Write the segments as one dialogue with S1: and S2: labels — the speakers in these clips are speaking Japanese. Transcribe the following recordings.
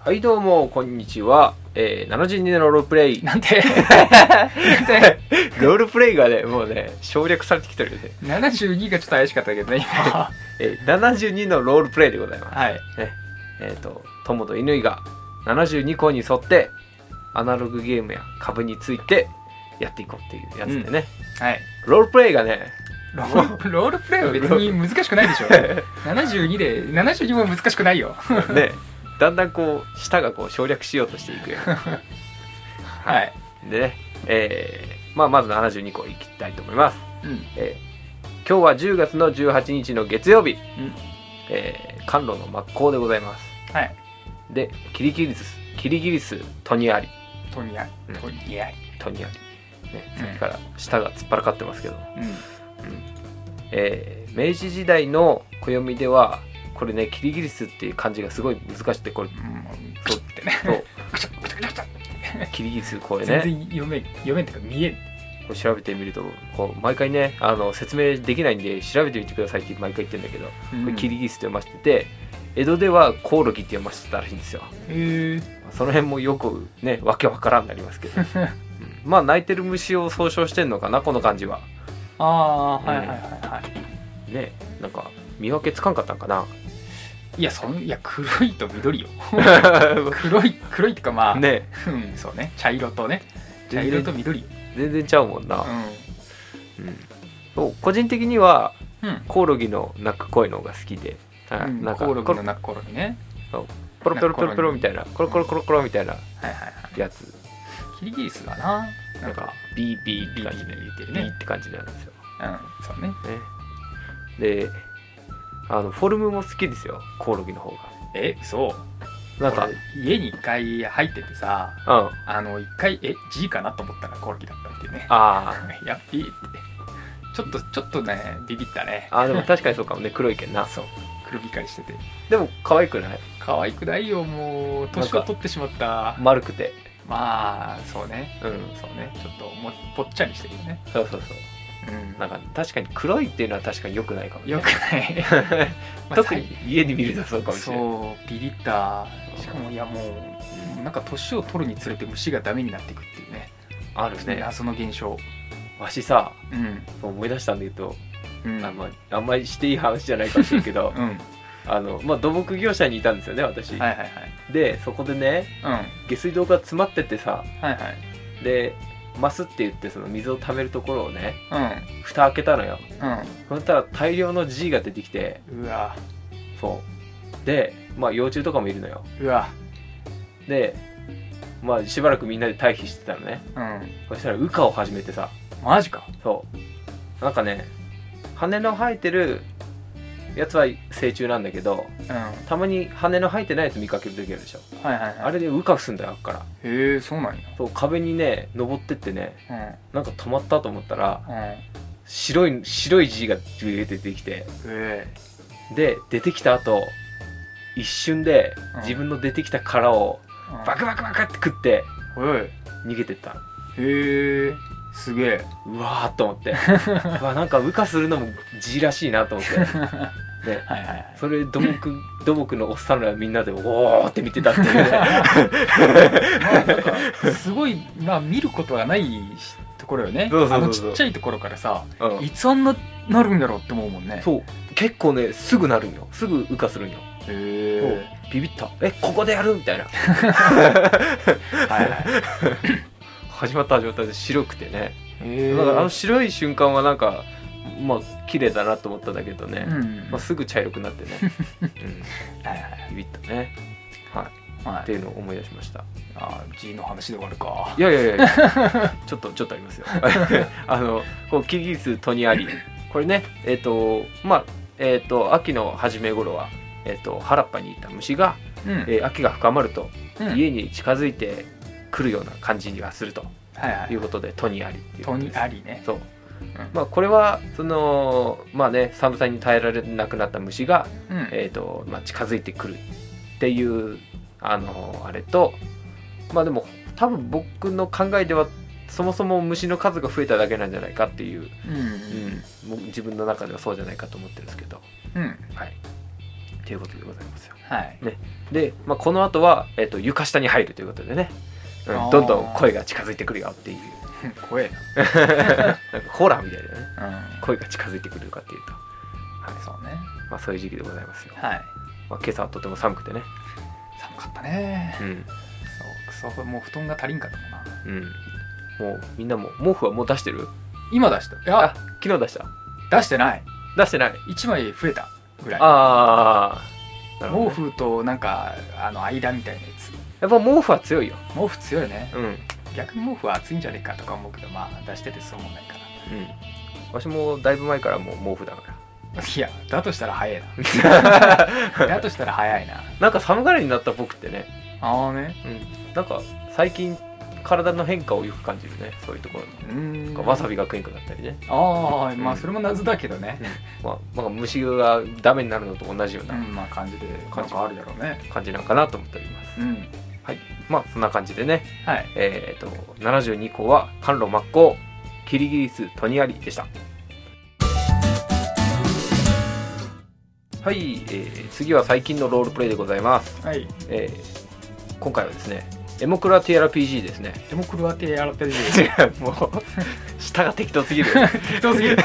S1: はいどうもこんにちは、えー、72のロールプレ イ
S2: なんて
S1: ロールプレイがねもうね省略されてきてるよね、
S2: 72がちょっと怪しかったけどね今
S1: えー、72のロールプレイでございます
S2: はい
S1: えっ、と友と乾が72個に沿ってアナログゲームや株についてやっていこうっていうやつでね、
S2: はい
S1: ロールプレイがね
S2: ロールロールプレイは別に難しくないでしょ72で72も難しくないよ
S1: ねだんだんこう舌がこう省略しようとしていくよ
S2: はい、
S1: でね、えーまあ、まず72個いきたいと思います、
S2: うん、
S1: えー今日は10月の18日の月曜日、
S2: ん
S1: えー寒露の真っ向でございます
S2: はい
S1: でキリギリスキリギリストニアリ
S2: トニア
S1: うん
S2: トニア
S1: トニアリ、ね、
S2: う
S1: さ
S2: ん
S1: っきから舌が突っ張らかってますけど、
S2: うん
S1: えー明治時代の暦ではこれねキリギリスっていう漢字がすごい難しくてこれ
S2: もうプチって ね
S1: そう
S2: くちゃくちゃくちゃくちゃ
S1: キリギリスこれ
S2: 全
S1: ね
S2: 然読めん読めんっていうか見えん
S1: これ調べてみるとこう毎回ねあの説明できないんで調べてみてくださいって毎回言ってんだけどこれキリギリスと読ませてて、江戸ではコオロギって読ませてたらしいんですよ
S2: へえ
S1: その辺もよくねわけわからんなりますけど、うんまあ泣いてる虫を総称してんのかなこの感じは
S2: あ あはいはいはいはい
S1: ねなんか見分けつかんかったんか な
S2: いやそんいや黒いと緑よ黒い黒いってかまあ、
S1: ね
S2: うんそうね茶色とね茶
S1: 全
S2: 色
S1: 然
S2: と緑よ
S1: 全然ちゃうもんな、
S2: う
S1: うんそう個人的には
S2: んうん
S1: コオロギの鳴く声の方が好きで、あ
S2: うん
S1: なんか
S2: コオロギの
S1: コロ
S2: 中コオロギね
S1: ポロポロポロポロみたいなコロコロコロコロみたいな
S2: はいはいはい
S1: やつ
S2: キリギリスだなな
S1: なんんか
S2: か
S1: ビービーって感じで
S2: ビービーって
S1: ビ
S2: ね
S1: ーって感じなんですよ
S2: うんそうね
S1: ねであのフォルムも好きですよコオロギの方が
S2: えそう
S1: なんか
S2: 俺家に一回入っててさ
S1: うん
S2: あの一回え G かなと思ったらコオロギだったっていうね
S1: あ
S2: やっぴーってちょっとちょっとねビビったね
S1: ーあーでも確かにそうかもね黒いけんな
S2: そう黒光りしてて
S1: でも可愛くない
S2: 可愛くないよもう年を取ってしまった
S1: 丸くて
S2: まあそうね
S1: うん
S2: そうねちょっともうぽっちゃりしてるよね
S1: そうそうそう
S2: うん
S1: なんか確かに黒いっていうのは確かに良くないかもね
S2: よくない、 まあ
S1: 特に家に見るとそうかもしれない
S2: そうビビったしかもいやもうなんか年を取るにつれて虫がダメになっていくっていうね
S1: あるね
S2: 謎の現象
S1: わしさ
S2: うん
S1: 思い出したんだけど、
S2: うん
S1: あんまあんまりしていい話じゃないかもしれないけど
S2: うんはい
S1: あの、まあ、土木業者にいたんですよね私、
S2: はいはい
S1: でそこでね
S2: うん
S1: 下水道が詰まっててさ
S2: はいはい
S1: でマスって言ってその水を溜めるところをね
S2: う
S1: 蓋開けたのよ
S2: ん
S1: そしたら大量の G が出てきて
S2: うんうわ
S1: そうでまあ幼虫とかもいるのよ
S2: うわ
S1: でまあしばらくみんなで退避してたのね
S2: うん
S1: そしたら羽化を始めてさ
S2: マジか
S1: そうなんかね羽の生えてるやつは成虫なんだけど
S2: うんはい
S1: たまに羽の生えてないやつ見かける時あるでしょ
S2: はいはい
S1: あれで羽化するんだよあっから
S2: へえそうなんや
S1: そう壁にね登ってってね
S2: うん
S1: なんか止まったと思ったら
S2: うんへ
S1: 白い白い G が出てきて
S2: え
S1: で出てきた後一瞬で
S2: うん
S1: 自分の出てきた殻を
S2: うん
S1: バクバクバクって食って
S2: おい
S1: 逃げてった
S2: へえすげ え
S1: うわーっと思って うわなんか羽化するのも G らしいなと思 って
S2: は
S1: で
S2: いはいはい
S1: それ土木土木のおっさんらみんなでおーって見てた っていうね
S2: まあなんかすごいまあ見ることがないところよね
S1: そうそ
S2: あ
S1: うそうそ
S2: の
S1: う
S2: ちっちゃいところからさ
S1: うん
S2: いつあんななるんだろうって思うもんね
S1: そう結構ねすぐなるんよすぐ羽化するんよ
S2: へ
S1: そう
S2: え
S1: ビビったえここでやるみたいな
S2: はいはい
S1: 始まった始まったで白くてね
S2: へ
S1: だからあの白い瞬間はなんかまあ綺麗だなと思ったんだけどね、
S2: うん
S1: まあ、すぐ茶色くなってね、
S2: はいはい
S1: うん、ビビったねはい
S2: は
S1: っ
S2: い
S1: ていうのを思い出しました
S2: あー G の話で終わるか
S1: いやいやいや ちょっとちょっとあり ますよあのこうキリギリストニアリこれねえっ、とまあえっ、と秋の初め頃はえっ、と原っぱにいた虫が、
S2: うん
S1: えー秋が深まると
S2: うん
S1: 家に近づいてくるような感じにはすると
S2: はいはい
S1: いうことでトニアリっていうこ
S2: ト
S1: とで
S2: ニ
S1: す
S2: アリね
S1: そう、
S2: ん
S1: まあこれはそのまあね寒さに耐えられなくなった虫が、
S2: うん
S1: えーとまあ、近づいてくるっていうあのあれとまあでも多分僕の考えではそもそも虫の数が増えただけなんじゃないかっていう、
S2: うん
S1: もう自分の中ではそうじゃないかと思ってるんですけど、
S2: うん
S1: はい、ということでございますよ
S2: はい
S1: で、まあ、この後は、えっと床下に入るということでね、うん
S2: あー
S1: どんどん声が近づいてくるよっていう
S2: 怖え
S1: なんかホラーみたいなね
S2: なうん
S1: 声が近づいてくるかっていうと、はい
S2: そうね
S1: まあ、そういう時期でございますよ、
S2: はい
S1: まあ、今朝はとても寒くてね
S2: 寒かったね
S1: うん、
S2: そうクソもう布団が足りんかったもんな
S1: うん、もうみんなも毛布はもう出してる
S2: 今出したいや
S1: あ昨日出した
S2: 出してない
S1: 出してない
S2: 1枚増えたぐらい
S1: ああなるほ
S2: 毛
S1: どね、
S2: 布となんかあの間みたいなやつ
S1: やっぱ毛布は強いよ
S2: 毛布強いよね
S1: うん、うん、
S2: 逆に毛布は暑いんじゃねえかとか思うけどまあ出しててそう思わ ないか
S1: 私もだいぶ前からもう毛布だから
S2: らいやだとしたら早い なだとしたら早いな
S1: なんか寒がりになった僕ってね、
S2: ああね
S1: うん、なんか最近体の変化をよく感じるねそういうところの
S2: うーん
S1: なんかわさびが食えんくなったりね、
S2: ああ
S1: う
S2: まあ
S1: ん
S2: それも謎だけどね
S1: まあ、まあ虫がダメになるのと同じよう
S2: う
S1: なん
S2: まあ感じで
S1: 感
S2: 感
S1: じ
S2: じがあるだろうね
S1: 感じなんかなと思っております、
S2: うん
S1: まあそんな感じでね
S2: はい
S1: えー、と72項は「甘露真っ向キリギリストニアリ」でしたはい、えー次は最近のロールプレイでございます、
S2: はい
S1: えー今回はですねエモクラ TRPG ですね
S2: でもクロアティアやってる
S1: もう下が適当すぎる
S2: 適当すぎる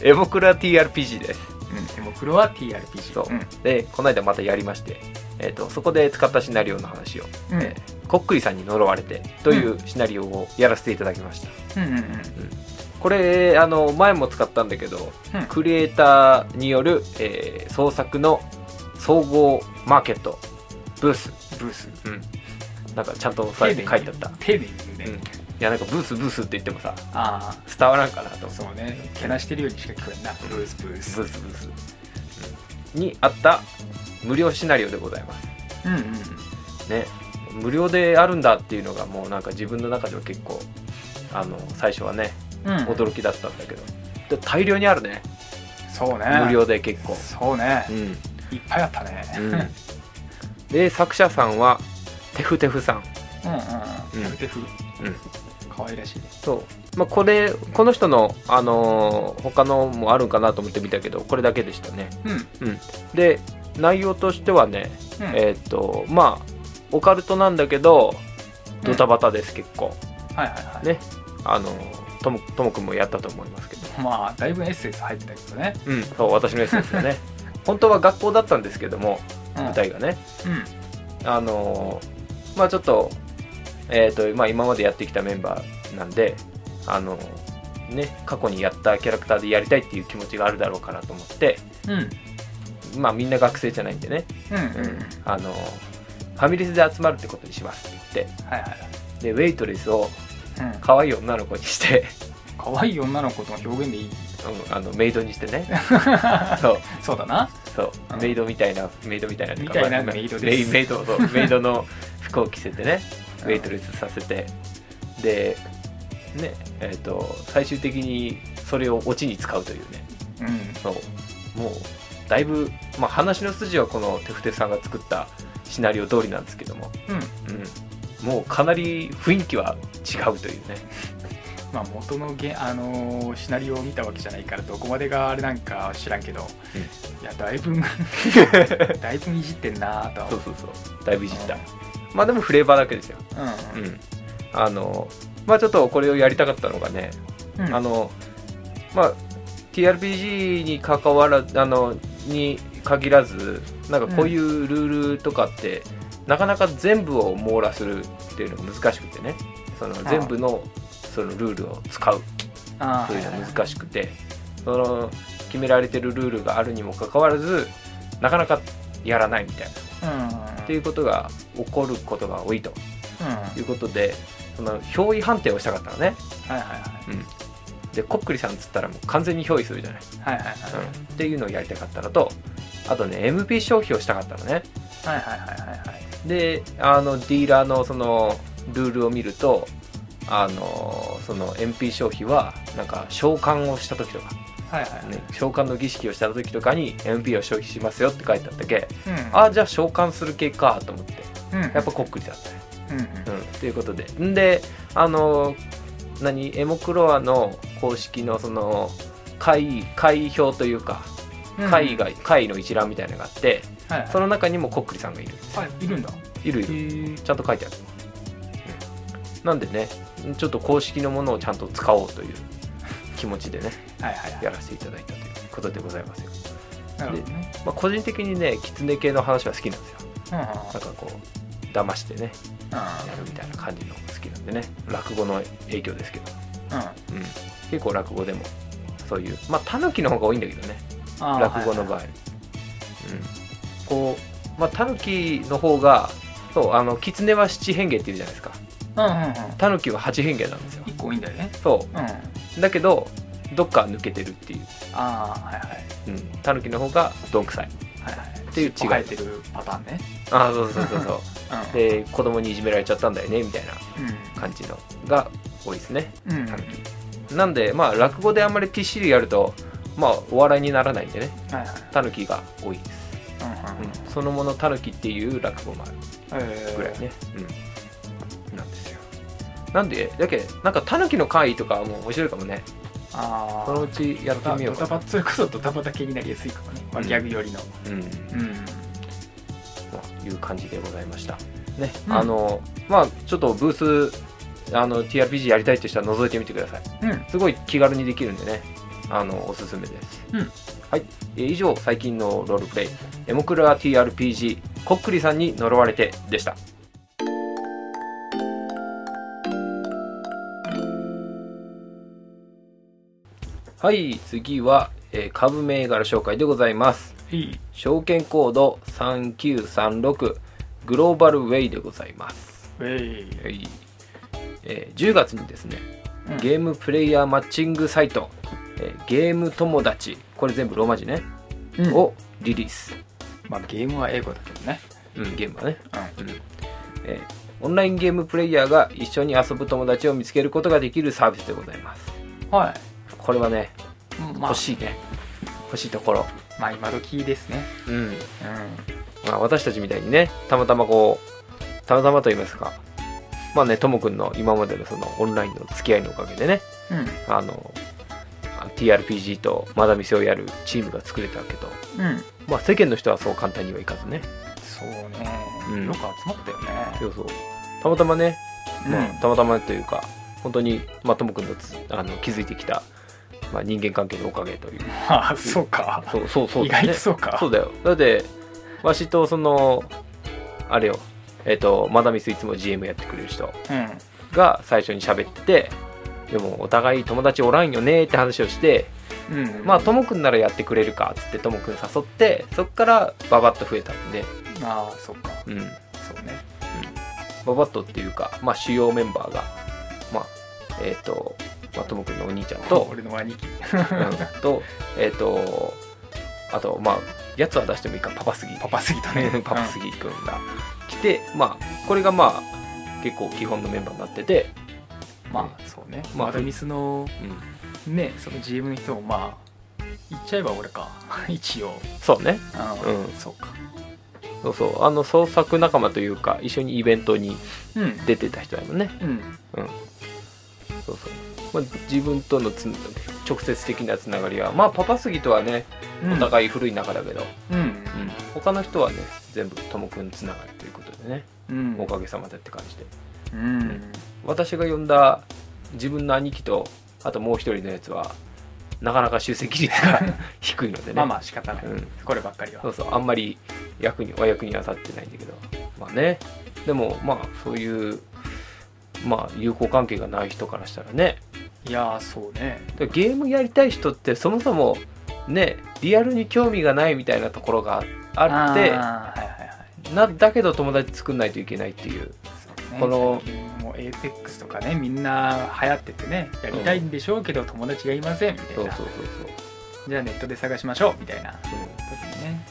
S1: エモクラ TRPG です
S2: うんでもクロアティ RPG
S1: そうんでこの間またやりまして、えー、とそこで使ったシナリオの話を、
S2: うん
S1: えーこっくりさんに呪われてというシナリオをやらせていただきました、
S2: うんうんうん
S1: これあの前も使ったんだけど、
S2: うん
S1: クリエイターによる、えー創作の総合マーケットブース、
S2: ブース
S1: うん、なんかちゃんとされて書いてあったい
S2: 丁寧に言うね、
S1: うんやなんかブースブースって言ってもさ
S2: あ
S1: 伝わらんかなと
S2: あ
S1: 思
S2: そうねけなしてるようにしか聞こえんなブースブー
S1: う
S2: ス
S1: ブースブース、うんにあった無料シナリオでございま
S2: うんうん
S1: すね無料であるんだっていうのがもうなんか自分の中では結構あの最初はね
S2: うん
S1: 驚きだったんだけど、で大量にあるね
S2: そうね
S1: 無料で結構、
S2: そうね
S1: うん、
S2: いっぱいあったねうんうん
S1: で作者さんはテフテフさんうん
S2: うんテフかわいらしい
S1: そう、まあ、これこの人の、あのー他のもあるんかなと思って見たけどこれだけでしたね
S2: うんうん
S1: で内容としてはね、えーっとまあオカルトなんだけどドタ
S2: バ
S1: バタです結構
S2: はいはいはい
S1: ねあのーともともくんもやったと思いますけど、
S2: まあだいぶエッセンス入ってたけどね
S1: うん、そう私のやつですよ ね本当は学校だったんですけども
S2: 舞
S1: 舞台がね、
S2: うん
S1: あのーまあちょっと,、えーとまあ、今までやってきたメンバーなんで、あのーね、過去にやったキャラクターでやりたいっていう気持ちがあるだろうかなと思って、
S2: うんうん
S1: まあ、みんな学生じゃないんでね、
S2: うんうん
S1: あのーファミレスで集まるってことにしますって
S2: はいはい
S1: 言ってでウェイトレスを
S2: はいうん
S1: 可愛い女の子にして、
S2: 可愛い女の子との表現でい い
S1: うん、あのメイドにして ねそう
S2: そうだな
S1: そう
S2: うん
S1: メイドみたいなメイドみたいなっていうか
S2: みたいな
S1: まあ
S2: メイドです
S1: メイメイド そうメイドの服を着せてね
S2: うん
S1: ウェイトレスさせてでねえっ、と最終的にそれをオチに使うというね
S2: うん
S1: そうもうだいぶ、まあ、話の筋はこのテフテフさんが作ったシナリオ通りなんですけども、
S2: うん
S1: うん、もうかなり雰囲気は違うというね
S2: まあ元のげ、あのーシナリオを見たわけじゃないからどこまでがあれなんかは知らんけど、いやだ いぶだいぶいじってんなーとは
S1: そ
S2: 思
S1: う
S2: う
S1: そうそうだいぶいじったまあでもフレーバーだけですよ、
S2: う
S1: うん、あのまあちょっとこれをやりたかったのがね
S2: んうん
S1: あのまあ TRPG に関わらあのに限らずなんかこういうルールとかって、なかなか全部を網羅するっていうのが難しくてねその
S2: ああ
S1: 全部のそのルールを使う
S2: あ
S1: というの
S2: ー
S1: は難しくてその決められてるルールがあるにもかかわらずなかなかやらないみたいな
S2: うん
S1: っていうことが起こることが多いと
S2: うんはい
S1: いうことでその表意判定をしたかったのね
S2: はいはい
S1: でこっくりさんっつったらもう完全に表意するじゃない
S2: はいはいはい
S1: うんっていうのをやりたかったのとあとね MP 消費をしたかったのね
S2: はいはいはいはいはい
S1: であのディーラーのそのルールを見るとあのその MP 消費はなんか召喚をした時とか、
S2: はいはい
S1: ね、召喚の儀式をした時とかに MP を消費しますよって書いてあったけ
S2: うん
S1: ああじゃあ召喚する系かと思って
S2: うん
S1: やっぱこっくりだったね
S2: うんうん
S1: うん、ということでんであの何エモクロアの公式のその会会表というか
S2: うん
S1: 会が会の一覧みたいなのがあって
S2: はいはい
S1: その中にもこっくりさんがいる
S2: はいいるんだ
S1: いるい
S2: へ
S1: る
S2: ー
S1: ちゃんと書いてある、うんなんでねちょっと公式のものをちゃんと使おうという気持ちでね
S2: はいはい
S1: や
S2: は
S1: らせていただいたということでございますよ、
S2: いなるほどね
S1: まあ、個人的にね狐系の話は好きなんですよ
S2: うんうん
S1: なんかこう騙してねや
S2: う
S1: るみたいな感じのが好きなんでね落語の影響ですけど、
S2: んうん
S1: うん、結構落語でもそういうまあタヌキの方が多いんだけどね
S2: あー
S1: 落語の場合、
S2: はい
S1: うん、こうまあタヌキの方がそうあの狐は七変化っていうじゃないですか
S2: はいうんうんうん
S1: タヌキは八変化なんですよ
S2: 一個多いんだよね
S1: そ
S2: うんあ
S1: うだけどどっか抜けてるっていう、
S2: あーはいはい
S1: うん、タヌキの方がどんくさい
S2: はいはい
S1: っていう違い
S2: 生えてるパターンね
S1: ああそうそうそう そう
S2: うん
S1: で子供にいじめられちゃったんだよねみたいな感じのが多いですね
S2: うんうん
S1: タヌキなんでまあ落語であんまりぴっしりやるとまあお笑いにならないんでね
S2: はいはい
S1: タヌキが多いです、
S2: うんうんうん
S1: うん、そのものタヌキっていう落語もある
S2: えー
S1: ぐらいね、うん、なんですよなんでだけなんかタヌキの会とかも面白いかもね
S2: あ
S1: そ
S2: あ
S1: のうちやってみよう
S2: ド
S1: か
S2: タ
S1: な
S2: バそれこそドタバタ系になりやすいかもね、まあ、
S1: うん
S2: ギャグよりの
S1: うん
S2: うん
S1: まあいう感じでございましたね、
S2: うん
S1: あのまあちょっとブースあの TRPG やりたいって人は覗いてみてください
S2: うん
S1: すごい気軽にできるんでねあのおすすめです、
S2: うん
S1: はいえー以上最近のロールプレイ「エモクラ TRPG こっくりさんに呪われて」でしたはい次は、えー株銘柄紹介でございます
S2: いい
S1: 証券コード3936グローバルウェイでございます、
S2: ウェイ
S1: はいえー10月にですね
S2: うん
S1: ゲームプレイヤーマッチングサイト、えーゲーム友達これ全部ローマ字ね、
S2: うん
S1: をリリース、
S2: まあゲームは英語だけどね
S1: うん、ゲームはね、
S2: う
S1: うんえーオンラインゲームプレイヤーが一緒に遊ぶ友達を見つけることができるサービスでございます
S2: んは
S1: これはね
S2: いうんまあ
S1: 欲しいね欲しいところ、
S2: まあ今時ですね
S1: うん
S2: うん
S1: まあ、私たちみたいにねたまたまこうたまたまと言いますかまあねともくんの今までのそのオンラインの付き合いのおかげでね
S2: うん
S1: あの TRPG とまだ店をやるチームが作れたけど
S2: うん
S1: まあ世間の人はそう簡単にはいかずね
S2: そうね、
S1: うん
S2: よく集まったよね
S1: そうそうたまたまね、まあ
S2: うん、
S1: たまたまというか本当にまあともくんのつあの気づいてきた、まあ、人間関係のおかげという
S2: ああそうか
S1: そうそうそう
S2: 意
S1: だ
S2: 外
S1: ね
S2: とそうか
S1: そうだよだってわしとそのあれよえっ、とマダミスいつも GM やってくれる人
S2: うん
S1: が最初に喋っててでもお互い友達おらんよねって話をして
S2: うん
S1: まあともくんならやってくれるかっつってともくん誘ってそっからババッと増えたんで
S2: ああそっか
S1: うん
S2: そうね
S1: ババッとっていうかまあ主要メンバーがまあえっ、とまあともくんのお兄ちゃんと、
S2: 俺の兄貴
S1: うんとえっ、とあとまあやつは出してもいいかパパすぎ
S2: パパすぎたね
S1: ね パパスギ君が来て、まあこれがまあ結構基本のメンバーになってて、
S2: うんまあそうね
S1: まあ
S2: まだミスの
S1: うん、
S2: ねその GM の人もまあ言っちゃえば俺か 一応
S1: そうね
S2: うん、
S1: うん
S2: そうか
S1: そうそうあの創作仲間というか一緒にイベントに
S2: うん
S1: 出てた人だもんね
S2: うん
S1: そうそう、まあ、自分とのつ直接的なつながりはまあパパスギとはねお互い古い仲だけど、
S2: うん
S1: うん他の人はね全部ともくんつながりということでね、
S2: うん
S1: おかげさまでって感じで
S2: うん
S1: 私が呼んだ自分の兄貴とあともう一人のやつはなかなか出席率 が低いのでね
S2: まあまあ仕方ない
S1: うん
S2: こればっかりは
S1: そうそうあんまり役には役には立ってないんだけどまあねでもまあそういうまあ友好関係がない人からしたらね
S2: いやーそうね
S1: でゲームやりたい人ってそもそもねリアルに興味がないみたいなところがあって
S2: あーはいはいはい
S1: なだけど友達作んないといけないっていう
S2: そうね
S1: この
S2: 最近もう APEX とかねみんな流行っててねやりたいんでしょうけど友達がいませんみた
S1: そそ
S2: いう
S1: う
S2: な
S1: そう
S2: じゃあネットで探しましょうみたいな
S1: そう、うん
S2: 時にね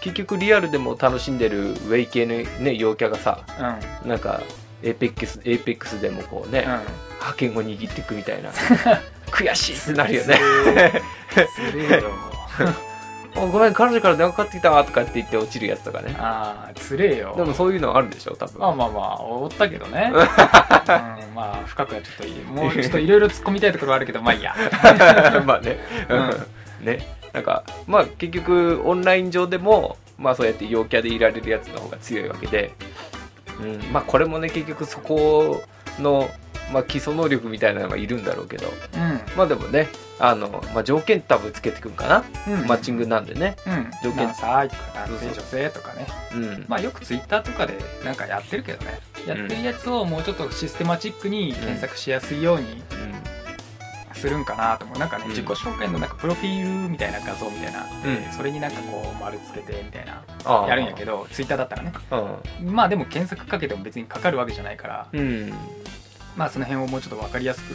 S1: 結局リアルでも楽しんでるウェイ系のね陽キャがさ
S2: うんうん
S1: なんかエーペックスエーペックスでもこうね、覇権を握っていくみたいな 悔しいってなるよね
S2: するよ
S1: 「あごめん彼女から電話かかってきたわ」とかって言って落ちるやつとかね
S2: ああつれえよ
S1: でもそういうのあるでしょ多分
S2: まあまあまあ、追ったけ どね。うん、まあ、深く はちょっといい、もうちょっといろいろ突っ込みたいところはあるけど、まあいいや。
S1: まあね、
S2: うん
S1: うんねなんかまあ結局オンライン上でもまあそうやって陽キャでいられるやつの方が強いわけで、うん、まあこれもね結局そこの、まあ、基礎能力みたいなのがいるんだろうけどまあでもねあの、まあ、条件多分つけてくるかな、
S2: うん
S1: マッチングなんでね
S2: うん
S1: 条件
S2: 何歳とか男性
S1: そうそ
S2: 女性とかね
S1: うん
S2: まあよくツイッターとかでなんかやってるけどねやってるやつをもうちょっとシステマチックに検索しやすいようにするんかなと思うなんかね
S1: うん
S2: 自己紹介のなんかプロフィールみたいな画像みたいな
S1: うん
S2: それになんかこう丸つけてみたいな
S1: あー
S2: やるんやけどツイッターだったらねまあでも検索かけても別にかかるわけじゃないから
S1: うん、うん
S2: まあその辺をもうちょっと分かりやすく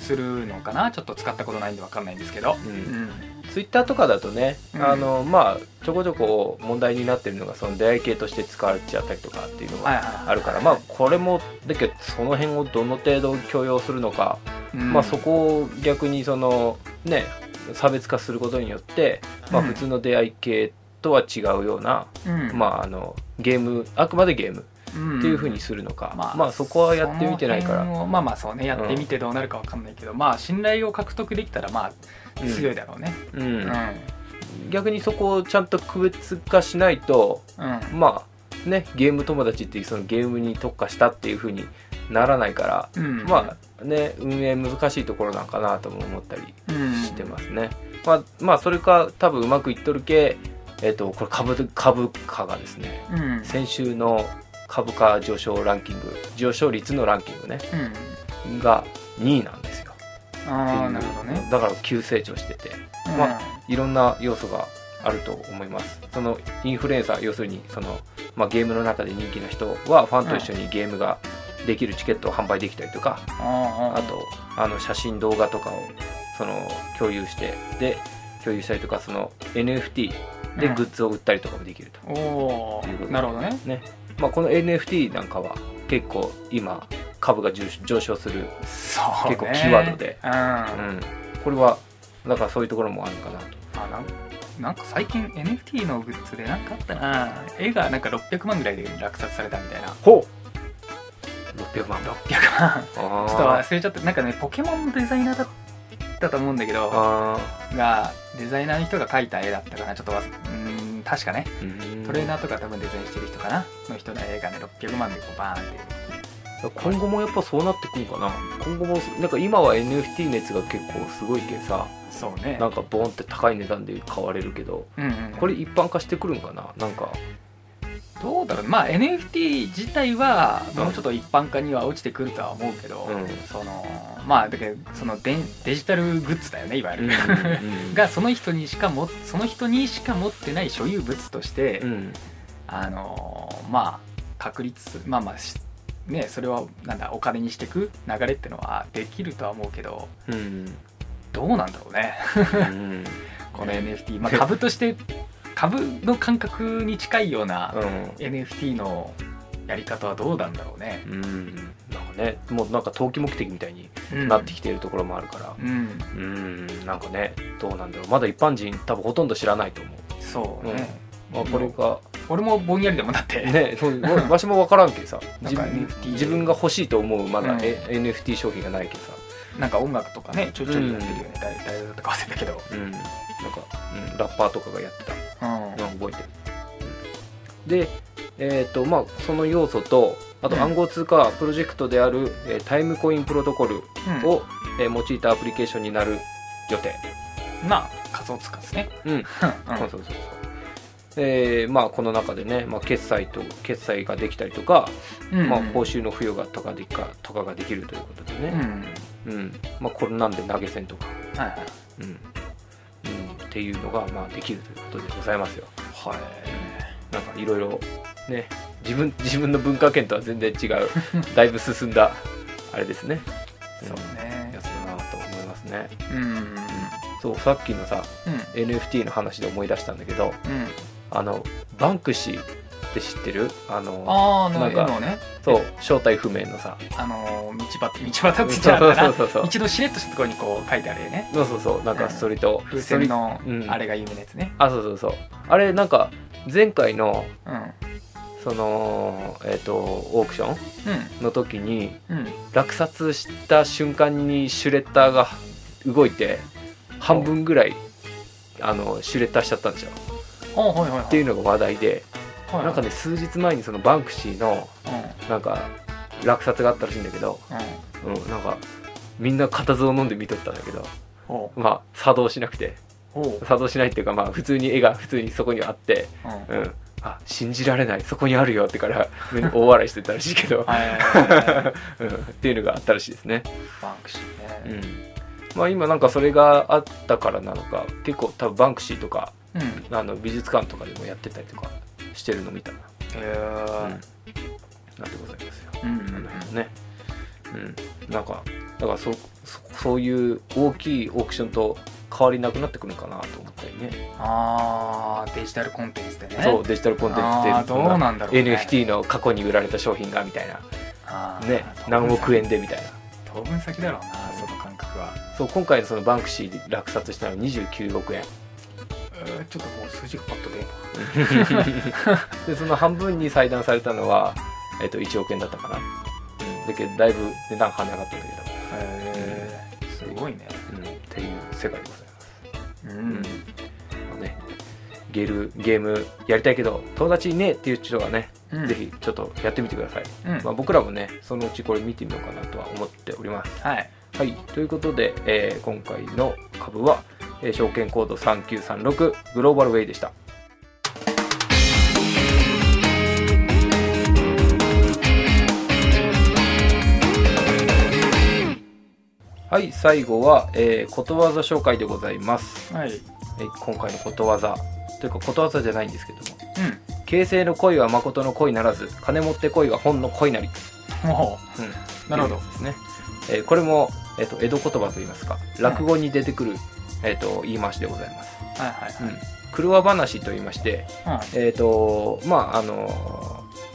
S2: するのかなちょっと使ったことないんで分かんないんですけど
S1: う、
S2: うんん
S1: ツイッターとかだとね、
S2: うん
S1: あのまあちょこちょこ問題になってるのがその出会い系として使われちゃったりとかっていうの
S2: はい
S1: が
S2: はいはい
S1: あるから、まあこれもだけどその辺をどの程度許容するのか、
S2: うん
S1: まあそこを逆にそのね差別化することによって、まあ、
S2: うん
S1: 普通の出会い系とは違うような、
S2: うん
S1: まああのゲームあくまでゲーム
S2: うん
S1: っていうふうにするのか、まあ、そこはやってみてないか
S2: その
S1: ら
S2: 辺をまあまあそうねやってみてどうなるかわかんないけど、まあ信頼を獲得できたらまあ
S1: うん
S2: 強いだろうね
S1: う
S2: うんんうん、
S1: 逆にそこをちゃんと区別化しないとまあねゲーム友達っていうそのゲームに特化したっていう風にならないから、
S2: うん
S1: まあね運営難しいところなんかなとも思ったり
S2: あ、うん、
S1: してますね、まあまあそれか多分うまくいっとるけえっ、とこれ株株価がですね
S2: うん、うん
S1: 先週の株価上昇ランキング上昇率のランキングねが2位なんですよ
S2: ああなるほどね、
S1: だから急成長してて
S2: うん
S1: まいろんな要素があると思いますそのインフルエンサー要するにその、まあ、ゲームの中で人気な人はファンと一緒にゲームができるチケットを販売できたりとか、
S2: あ
S1: あとあの写真動画とかをその共有してで共有したりとかその NFT で
S2: うん
S1: グッズを売ったりとかもできると、
S2: おお
S1: ということ
S2: ー
S1: で
S2: なるほどね
S1: ねまあ、この NFT なんかは結構今株が上上昇する、
S2: そうね
S1: 結構キーワードで
S2: うん、
S1: う
S2: あ
S1: ん、これはだからそういうところもあるかなと
S2: なんなんか最近 NFT のグッズでなんかあったな絵がなんか600万ぐらいで落札されたみた いな
S1: ほう600万だ
S2: 600万
S1: あー
S2: ちょっと忘れちゃったなんかねポケモンのデザイナーだったと思うんだけど
S1: あ
S2: がデザイナーの人が描いた絵だったかなちょっとわすうーん確かね
S1: ー
S2: トレーナーとか多分デザインしてる人かなの人の絵がね600万でこうバーンって
S1: 今後もやっぱそうなってくんかな今後もなんか今は NFT 熱が結構すごいけさ
S2: そうね
S1: なんかボンって高い値段で買われるけど
S2: うんうん、
S1: これ一般化してくるんかななんか
S2: どうだろうまあ NFT 自体は
S1: うん
S2: もうちょっと一般化には落ちてくるとは思うけど、
S1: うん
S2: そのまあだけどそのデデジタルグッズだよねいわゆる、
S1: が
S2: がその人にしかもその人にしか持ってない所有物として、
S1: うん
S2: あのーまあ確立すまあまあしねそれはなんだお金にしていく流れってのはできるとは思うけど
S1: うん
S2: どうなんだろうね
S1: うん
S2: この NFT、まあ、株 として株の感覚に近いような NFT のやり方はどうなんだろうね、
S1: うんなんかねもうなんか投機目的みたいに
S2: うん
S1: なってきているところもあるから
S2: うん
S1: うんなんかねどうなんだろうまだ一般人多分ほとんど知らないと思う
S2: そうね、
S1: まあこれが
S2: 俺もぼんやりでもだって、
S1: ね、そうわしも分からん けさ
S2: なん
S1: 自
S2: か
S1: 分
S2: NFT
S1: 自分が欲しいと思うまだ、
S2: うん
S1: え NFT 商品がないけさ、
S2: なんか音楽とかねちょいちょいやってるよね、誰誰だったか忘れたけど、
S1: うん、なんか、うん、ラッパーとかがやってた
S2: うん
S1: の覚えてる、うんで、えーとまあ、その要素とあ
S2: う
S1: と
S2: ん
S1: 暗号通貨プロジェクトである、えータイムコインプロトコル
S2: うん
S1: を、えー用いたアプリケーションになる予定、
S2: まあ仮想通貨ですね
S1: うん
S2: うん
S1: そうそうそうそうえーまあ、この中でね、まあ、決済と決済ができたりとか、
S2: うん
S1: まあ、報酬の付与がとかでかとかができるということでね、
S2: うん
S1: うんまあ、これなんで投げ銭とか、
S2: はいはい
S1: うんうん、っていうのがまあできるということでございますよ。
S2: はい
S1: なんかいろいろね自分自分の文化圏とは全然違 うだいぶ進んだあれですね。
S2: そう
S1: うん
S2: ね
S1: やつだなと思いますね。
S2: うんうんうん
S1: そうさっきのさ NFT の話で思い出したんだけど
S2: うん
S1: あのバンクシーって知ってるあの
S2: ああの
S1: なんか
S2: 絵のね
S1: そう正体不明のさ
S2: あのー道端道端って言っち
S1: そ
S2: ゃ
S1: うそう
S2: う
S1: そ
S2: か
S1: う
S2: な
S1: そうそう
S2: 一度しれっとしたところにこう書いてある絵ね
S1: そうそうそうなんかストリート、
S2: 風船の
S1: うん
S2: あれが有名なやつね
S1: あそうそうそうあれなんか前回の
S2: うんうん
S1: そのえっ、とオークションの時に
S2: うん
S1: 落札した瞬間にシュレッダーが動いて半分ぐらいあのシュレッダーしちゃったんですよ
S2: あはいはいはい
S1: っていうのが話題で
S2: はいはい
S1: なんかね数日前にそのバンクシーの
S2: うん
S1: なんか落札があったらしいんだけど、
S2: う
S1: うん、なんかみんな固唾を飲んで見とったんだけど
S2: んおう
S1: まあ作動しなくて
S2: おう
S1: 作動しないっていうかまあ普通に絵が普通にそこにあって
S2: うん
S1: うんあ信じられないそこにあるよってから大笑いしてたらしいけど、
S2: はいはいはい
S1: うん、っていうのがあったらしいですね
S2: バンクシー
S1: う
S2: ね
S1: んまあ今なんかそれがあったからなのか結構多分バンクシーとか
S2: うん
S1: あの美術館とかでもやってたりとかしてるの見たな、
S2: へ
S1: うん、
S2: え
S1: なんでございますよ
S2: うんうんう
S1: なん
S2: ん
S1: だけどね、うん、なんかだからそそそういう大きいオークションと変わりなくなってくるのかなと思ったりね
S2: あーデジタルコンテンツでね
S1: そうデジタルコンテンツ
S2: あ
S1: っ
S2: ー
S1: て
S2: どうなんだろうね
S1: NFT の過去に売られた商品がみたいな
S2: あー
S1: ね
S2: 当分
S1: 何億円
S2: 先
S1: でみたいな
S2: 当分先だろうなその感覚は
S1: そう今回のそのバンクシーで落札したのは29億円
S2: えーちょっともう数字がパッと出ん
S1: でその半分に裁断されたのは、えっと1億円だったかな、うん、だけどだいぶ値段跳ね上がったんだ
S2: へえすごいね
S1: けど、うん、っていう世界でございます
S2: う
S1: うん
S2: ん
S1: ね、ゲルゲームやりたいけど友達いねえっていう人がね、
S2: うん
S1: ぜひちょっとやってみてください、
S2: うん
S1: まあ、僕らもねそのうちこれ見てみようかなとは思っております
S2: はい
S1: はいということで、えー今回の株は、えー証券コード3936グローバルウェイでしたはい最後は、えーことわざ紹介でございます
S2: はいうん
S1: え今回のことわざというかことわざじゃないんですけども「形成の恋は誠の恋ならず金持って恋は本の恋なり
S2: も」
S1: うん、
S2: なるほど
S1: っていうやつですね、えーこれも、えー、と江戸言葉といいますか落語に出てくる、えー、と言い回しでございます、
S2: うはいはい
S1: うん、狂話と言いまして
S2: はい
S1: えっ、とまああのー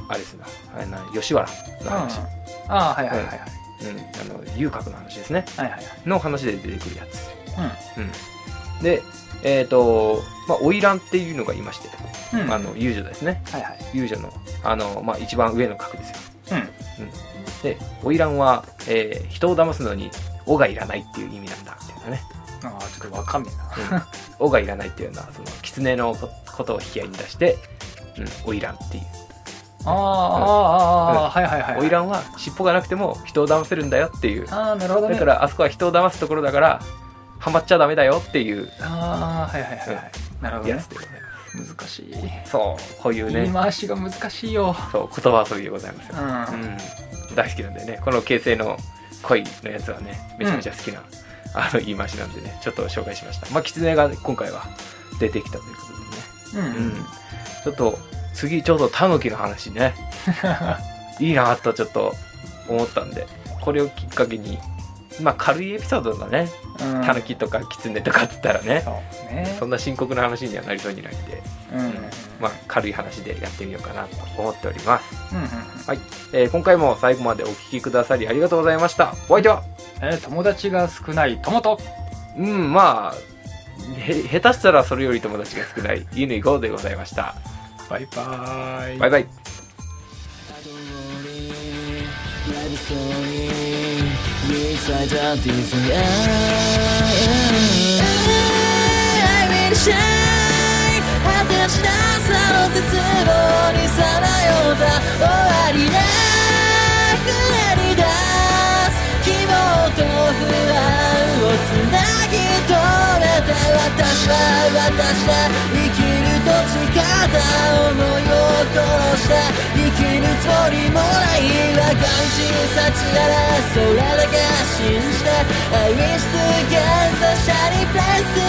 S1: あれですなあれな吉原の話、
S2: う
S1: うんん
S2: ああはいはいはいはい
S1: あの遊郭の話ですね
S2: はいはい
S1: の話で出てくるやつ、
S2: はい
S1: うん、でえっ、とまあ花魁っていうのがいまして、
S2: うんうん
S1: あの遊女ですね
S2: はいはい
S1: 遊女のあの、まあ、一番上の格ですよ
S2: うん
S1: で花魁は、えー人を騙すのに「お」がいらないっていう意味なんだみたいなね
S2: ああちょっとわかんね
S1: 「 お」がいらないっていうのはその狐のこことを引き合いに出して「うん、おいらん」っていう
S2: えなあああああはいはいは
S1: 「
S2: い
S1: おいらん」は尻尾がなくても人を騙せるんだよっていう
S2: ああなるほどね
S1: だからあそこは人を騙すところだからハマっちゃダメだよっていう
S2: ああはいはいはいはいなるほど
S1: や
S2: ね
S1: つでございま
S2: 難しい
S1: すそうこういう
S2: 言い
S1: ね
S2: 回しが難しいよ
S1: そう言葉遊びでございます
S2: う
S1: よ
S2: ん、は
S1: うん、大好きなんでねこの形成の恋のやつはねめちゃめちゃ好きな、あの言い回しなんでねちょっと紹介しましたまあ狐が今回は出てきたということでね、
S2: うん
S1: うんちょっと次ちょうどタヌキの話 ねいいなとちょっと思ったんでこれをきっかけにまあ軽いエピソードだね
S2: うん
S1: タヌキとか狐とかって言ったらね、
S2: そうね
S1: そんな深刻な話にはなりそうにないんで、
S2: うんうん
S1: まあ、軽い話でやってみようかなと思っております
S2: うんうん
S1: えー今回も最後までお聞きくださりありがとうございましたお相手は
S2: えー友達が少ない友と
S1: うんまあへ下手したらそれより友達が少ない犬行こうでございました
S2: バイバーイ
S1: バイバイ
S3: I don't worry, life is sorry. We tried out this and I will shine. Haters dance out the table. Ni sanayota. Owari naku dance. 希望と不安をつなぎ止めて私は私は生きると誓った思いを通して生きるつもりもないわ感じ察知ならそれだけ信じて I wish to get the shiny place